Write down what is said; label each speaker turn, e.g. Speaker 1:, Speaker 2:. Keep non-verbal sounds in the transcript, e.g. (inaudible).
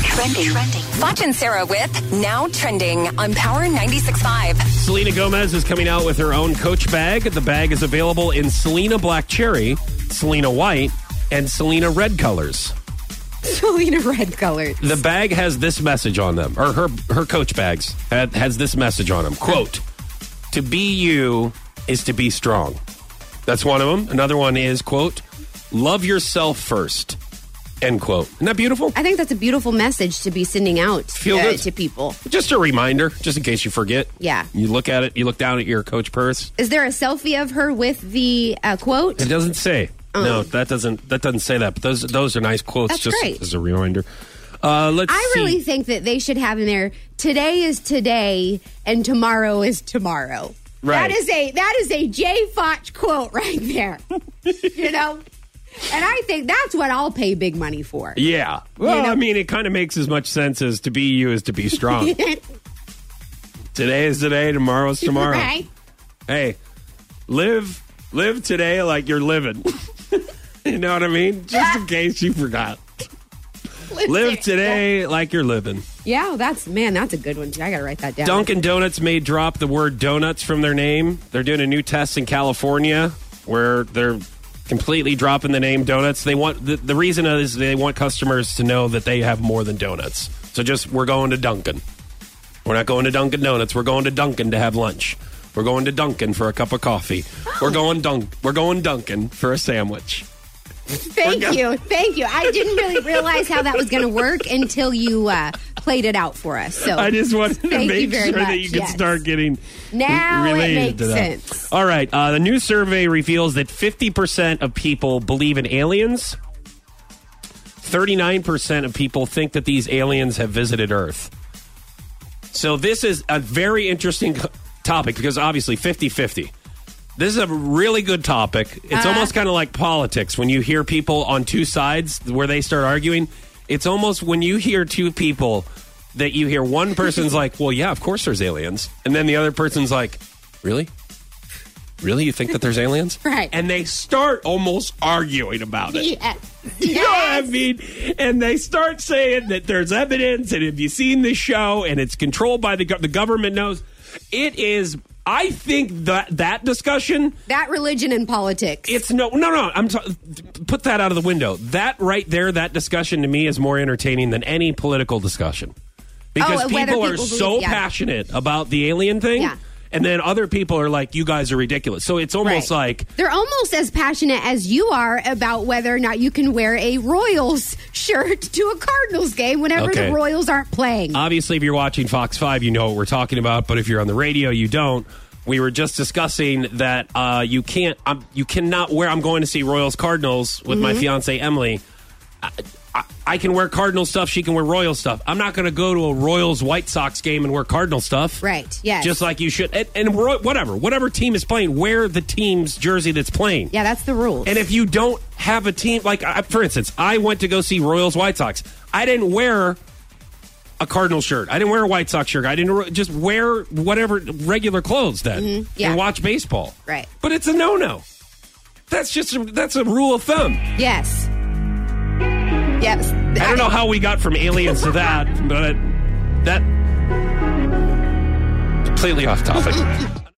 Speaker 1: Trending. Trending. Foch and Sarah with Now Trending on Power 96.5.
Speaker 2: Selena Gomez is coming out with her own Coach bag. The bag is available in Selena Black Cherry, Selena White, and Selena Red colors.
Speaker 3: (laughs) Selena red colors.
Speaker 2: The bag has this message on them, or her her Coach bags had, has this message on them. Quote: "To be you is to be strong." That's one of them. Another one is quote: "Love yourself first. End quote. Isn't that beautiful?
Speaker 3: I think that's a beautiful message to be sending out
Speaker 2: Feel
Speaker 3: uh,
Speaker 2: good.
Speaker 3: to people.
Speaker 2: Just a reminder, just in case you forget.
Speaker 3: Yeah.
Speaker 2: You look at it, you look down at your coach purse.
Speaker 3: Is there a selfie of her with the uh, quote?
Speaker 2: It doesn't say. No, that doesn't that doesn't say that. But those those are nice quotes
Speaker 3: Oh. That's
Speaker 2: just
Speaker 3: great.
Speaker 2: as a reminder. Uh let's
Speaker 3: I
Speaker 2: see.
Speaker 3: really think that they should have in there today is today and tomorrow is tomorrow.
Speaker 2: Right.
Speaker 3: That is a that is a Jay Foch quote right there. (laughs) you know? And I think that's what I'll pay big money for.
Speaker 2: yeah. Well,
Speaker 3: know-
Speaker 2: I mean, it kind of makes as much sense as to be you as to be
Speaker 3: (laughs)
Speaker 2: strong. today is today, tomorrow's tomorrow.
Speaker 3: Right?
Speaker 2: Hey, live live today like you're living. (laughs) you know what I mean? Just in case you forgot. Live today like you're living.
Speaker 3: Yeah, that's man, that's a good one. too. I gotta write that down.
Speaker 2: Dunkin' Donuts may drop the word donuts from their name. They're doing a new test in California where they're completely dropping the name donuts. They want the, the reason is they want customers to know that they have more than donuts. So just we're going to Dunkin'. We're not going to Dunkin' Donuts. We're going to Dunkin' to have lunch. We're going to Dunkin' for a cup of coffee. We're going dunk. We're going Dunkin' for a sandwich.
Speaker 3: Thank you. Thank you. I didn't really realize how that was going to work until you uh, played it out for us. So
Speaker 2: I just wanted to
Speaker 3: Thank you
Speaker 2: make
Speaker 3: very
Speaker 2: sure that
Speaker 3: much,
Speaker 2: you could
Speaker 3: yes.
Speaker 2: start getting
Speaker 3: Now it
Speaker 2: related
Speaker 3: makes
Speaker 2: to that.
Speaker 3: sense.
Speaker 2: All right, uh, the new survey reveals that 50% of people believe in aliens. 39% of people think that these aliens have visited Earth. So this is a very interesting co- topic because obviously 50-50. This is a really good topic. It's
Speaker 3: Uh-huh.
Speaker 2: almost kind of like politics when you hear people on two sides where they start arguing. It's almost when you hear two people that you hear one
Speaker 3: (laughs)
Speaker 2: person's like, "Well, yeah, of course there's aliens." And then the other person's like, "Really? Really you think that there's aliens?"
Speaker 3: (laughs) Right.
Speaker 2: And they start almost arguing about it. (laughs)
Speaker 3: Yes.
Speaker 2: You know what I
Speaker 3: Yes.
Speaker 2: mean? And they start saying that there's evidence, and have you seen the show? And it's controlled by the gov- the government. Knows it is. I think that that discussion.
Speaker 3: That religion and politics.
Speaker 2: It's no, no, no. I'm t- put that out of the window. That right there, that discussion to me is more entertaining than any political discussion because
Speaker 3: Oh, and
Speaker 2: people,
Speaker 3: whether
Speaker 2: are
Speaker 3: people believe-
Speaker 2: so
Speaker 3: yeah.
Speaker 2: passionate about the alien thing,
Speaker 3: Yeah.
Speaker 2: and then other people are like, "You guys are ridiculous." So it's almost like
Speaker 3: they're almost as passionate as you are about whether or not you can wear a Royals shirt to a Cardinals game whenever
Speaker 2: Okay. Uh,
Speaker 3: the Royals aren't playing.
Speaker 2: Obviously, if you're watching Fox 5, you know what we're talking about, but if you're on the radio, you don't. We were just discussing that uh, you can't, um, you cannot wear. I'm going to see Royals Cardinals with my fiance Emily. I, I, I can wear Cardinal stuff. She can wear Royal stuff. I'm not going to go to a Royals White Sox game and wear Cardinal stuff.
Speaker 3: Right, yes.
Speaker 2: Just like you should. And, and Roy, whatever, whatever team is playing, wear the team's jersey that's playing.
Speaker 3: yeah, that's the rule.
Speaker 2: And if you don't have a team, like I, for instance, I went to go see Royals White Sox. I didn't wear a Cardinal shirt. I didn't wear a White Sox shirt. I didn't re- just wear whatever regular clothes then
Speaker 3: Mm-hmm. Yeah.
Speaker 2: and watch baseball.
Speaker 3: Right.
Speaker 2: But it's a no no. That's just a, that's a rule of thumb.
Speaker 3: yes. Yes.
Speaker 2: I don't know how we got from aliens to that, but that completely off topic.